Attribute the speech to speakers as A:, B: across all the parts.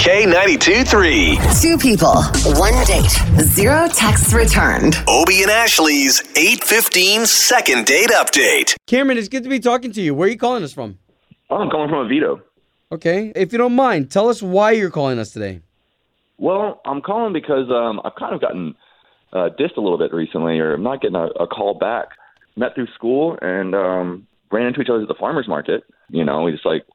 A: K92 3.
B: Two people, one date, zero texts returned.
A: Obie and Ashley's 815 second date update.
C: Cameron, it's good to be talking to you. Where are you calling us from?
D: Oh, I'm calling from a veto.
C: Okay. If you don't mind, tell us why you're calling us today.
D: Well, I'm calling because um, I've kind of gotten uh, dissed a little bit recently, or I'm not getting a, a call back. Met through school and um, ran into each other at the farmers market. You know, we just like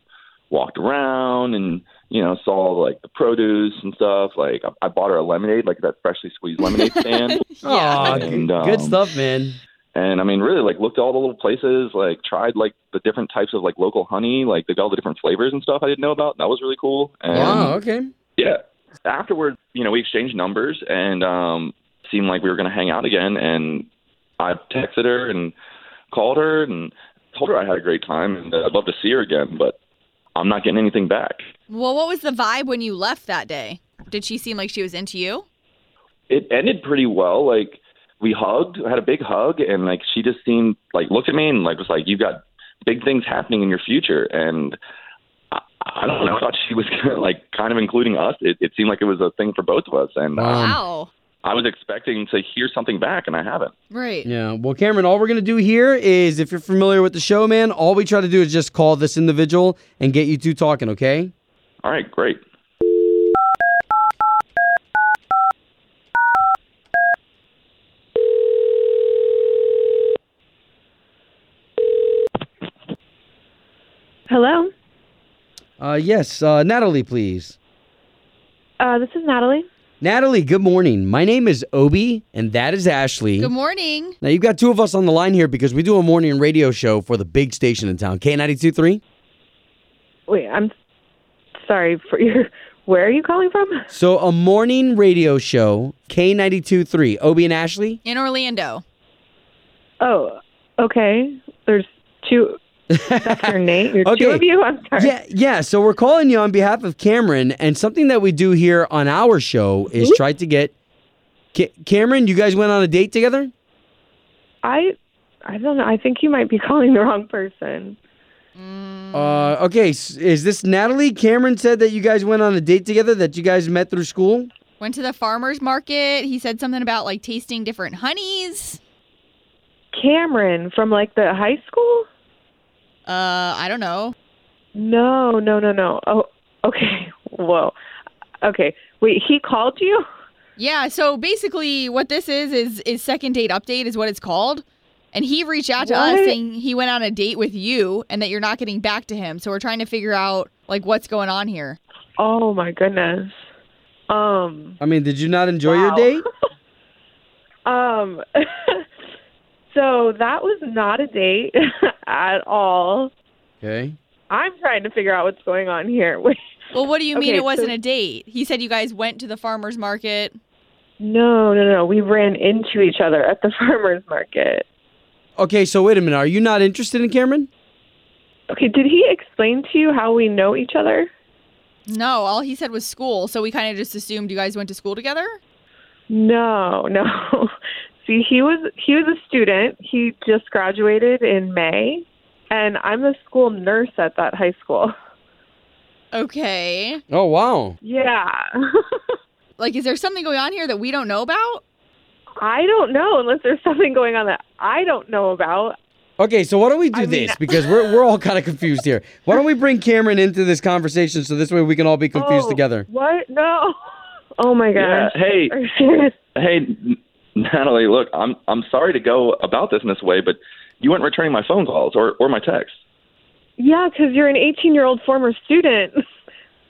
D: walked around and you know saw like the produce and stuff. Like I, I bought her a lemonade, like that freshly squeezed lemonade stand.
C: Aw, g-
D: And, um,
C: good stuff, man.
D: And I mean, really, like looked at all the little places, like tried like the different types of like local honey, like they got all the different flavors and stuff I didn't know about. And that was really cool. And
C: Wow. Okay.
D: yeah. Afterward, you know, we exchanged numbers and um seemed like we were going to hang out again and I texted her and called her and told her I had a great time and that I'd love to see her again, but I'm not getting anything back.
E: Well, what was the vibe when you left that day? Did she seem like she was into you?
D: It ended pretty well. Like we hugged, had a big hug and like she just seemed like looked at me and like was like you've got big things happening in your future and I, I don't know. I thought she was gonna, like kind of including us. It, it seemed like it was a thing for both of us, and uh,
C: Um,
E: wow.
D: I was expecting to hear something back, and I haven't.
E: Right.
C: Yeah. Well, Cameron, all we're going to do here is if you're familiar with the show, man, all we try to do is just call this individual and get you two talking, okay?
D: All right, great.
F: Hello.
C: Uh, yes. Uh, Natalie, please.
F: Uh, this is Natalie.
C: Natalie, good morning. My name is Obi, and that is Ashley.
E: Good morning.
C: Now, you've got two of us on the line here because we do a morning radio show for the big station in town, K92.3.
F: Wait, I'm sorry for your. Where are you calling from?
C: So, a morning radio show, K92.3. Obi and Ashley?
E: In Orlando.
F: Oh, okay. There's two. That's your name. There's two
C: Okay.
F: of you. I'm sorry.
C: Yeah, yeah. So we're calling you on behalf of Cameron, and something that we do here on our show is try to get Ca- Cameron. You guys went on a date together.
F: I. I don't know. I think you might be calling the wrong person.
C: Uh, okay, s- is this Natalie? Cameron said that you guys went on a date together. That you guys met through school.
E: Went to the farmer's market. He said something about like tasting different honeys.
F: Cameron from like the high school?
E: Uh, I don't know.
F: No, no, no, no. Oh, okay. Whoa. Okay. Wait, he called you?
E: Yeah, so basically what this is is is second date update is what it's called. And he reached out to us
F: What?
E: saying he went on a date with you and that you're not getting back to him. So we're trying to figure out like what's going on here.
F: Oh my goodness. Um.
C: I mean, did you not enjoy your
F: Wow.
C: date?
F: Um, so that was not a date at all.
C: Okay.
F: I'm trying to figure out what's going on here. Wait.
E: Well, what do you mean
F: Okay,
E: it wasn't
F: so-
E: a date? He said you guys went to the farmer's market.
F: No, no, no. We ran into each other at the farmer's market.
C: Okay. So wait a minute. Are you not interested in Cameron?
F: Okay, did he explain to you how we know each other?
E: No, all he said was school. So we kind of just assumed you guys went to school together.
F: No, no. See, he was he was a student. He just graduated in May, and I'm the school nurse at that high school.
E: Okay.
C: Oh wow.
F: Yeah.
E: Like, is there something going on here that we don't know about?
F: I don't know unless there's something going on that I don't know about.
C: Okay, so why don't we do
F: I mean-
C: this? Because we're, we're all kind of confused here. Why don't we bring Cameron into this conversation so this way we can all be confused
F: Oh,
C: together?
F: What? No. Oh my
D: Yeah.
F: gosh.
D: Hey,
F: Are you serious?
D: hey, N- Natalie. Look, I'm I'm sorry to go about this in this way, but you weren't returning my phone calls or or my texts.
F: Yeah, because you're an 18 year old former student.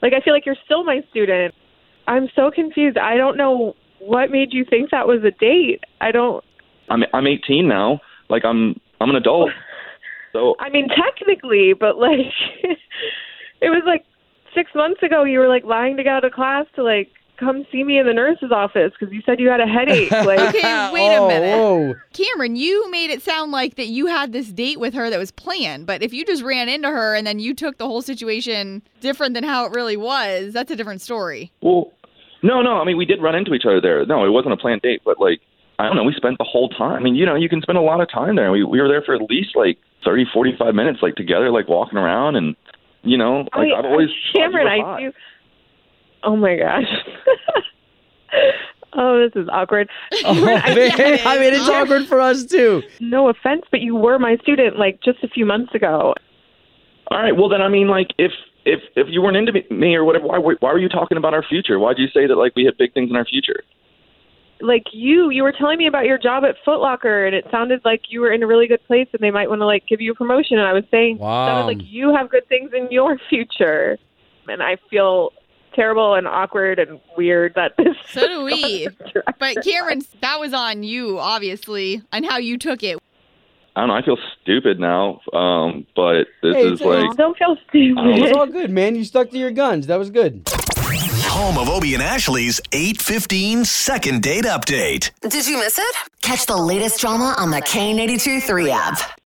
F: like, I feel like you're still my student. I'm so confused. I don't know what made you think that was a date. I don't.
D: I'm I'm 18 now. Like I'm I'm an adult. So
F: I mean, technically, but like, it was like six months ago. You were like lying to go to class to like come see me in the nurse's office because you said you had a headache. Like,
E: Okay, wait a
C: Oh,
E: minute.
C: whoa.
E: Cameron, you made it sound like that you had this date with her that was planned, but if you just ran into her and then you took the whole situation different than how it really was, that's a different story.
D: Well, no, no. I mean, we did run into each other there. No, it wasn't a planned date, but like, I don't know. We spent the whole time. I mean, you know, you can spend a lot of time there. We we were there for at least like thirty, forty-five minutes, like together, like walking around and. You know, like
F: I,
D: have always thought you
F: Cameron,
D: were
F: I
D: hot.
F: do. Oh my gosh. oh, this is awkward.
C: Oh, man. I mean, it's awkward for us too.
F: No offense, but you were my student like just a few months ago.
D: All right. Well, then I mean, like, if if if you weren't into me- me or whatever, why why were you talking about our future? Why'd you say that like we had big things in our future?
F: Like you, you were telling me about your job at Foot Locker, and it sounded like you were in a really good place, and they might want to like give you a promotion. And I was saying,
C: Wow.
F: sounded like you have good things in your future, and I feel terrible and awkward and weird that this.
E: So do we.
F: Correct.
E: But Cameron, that was on you, obviously, and how you took it.
D: I don't know. I feel stupid now. Um, but this
C: Hey,
D: is
C: it's all
D: like
F: Don't feel
C: It's
F: stupid.
C: all good, man. You stuck to your guns. That was good.
A: Home of Obie and Ashley's 815 second date update.
B: Did you miss it? Catch the latest drama on the K82 3 app.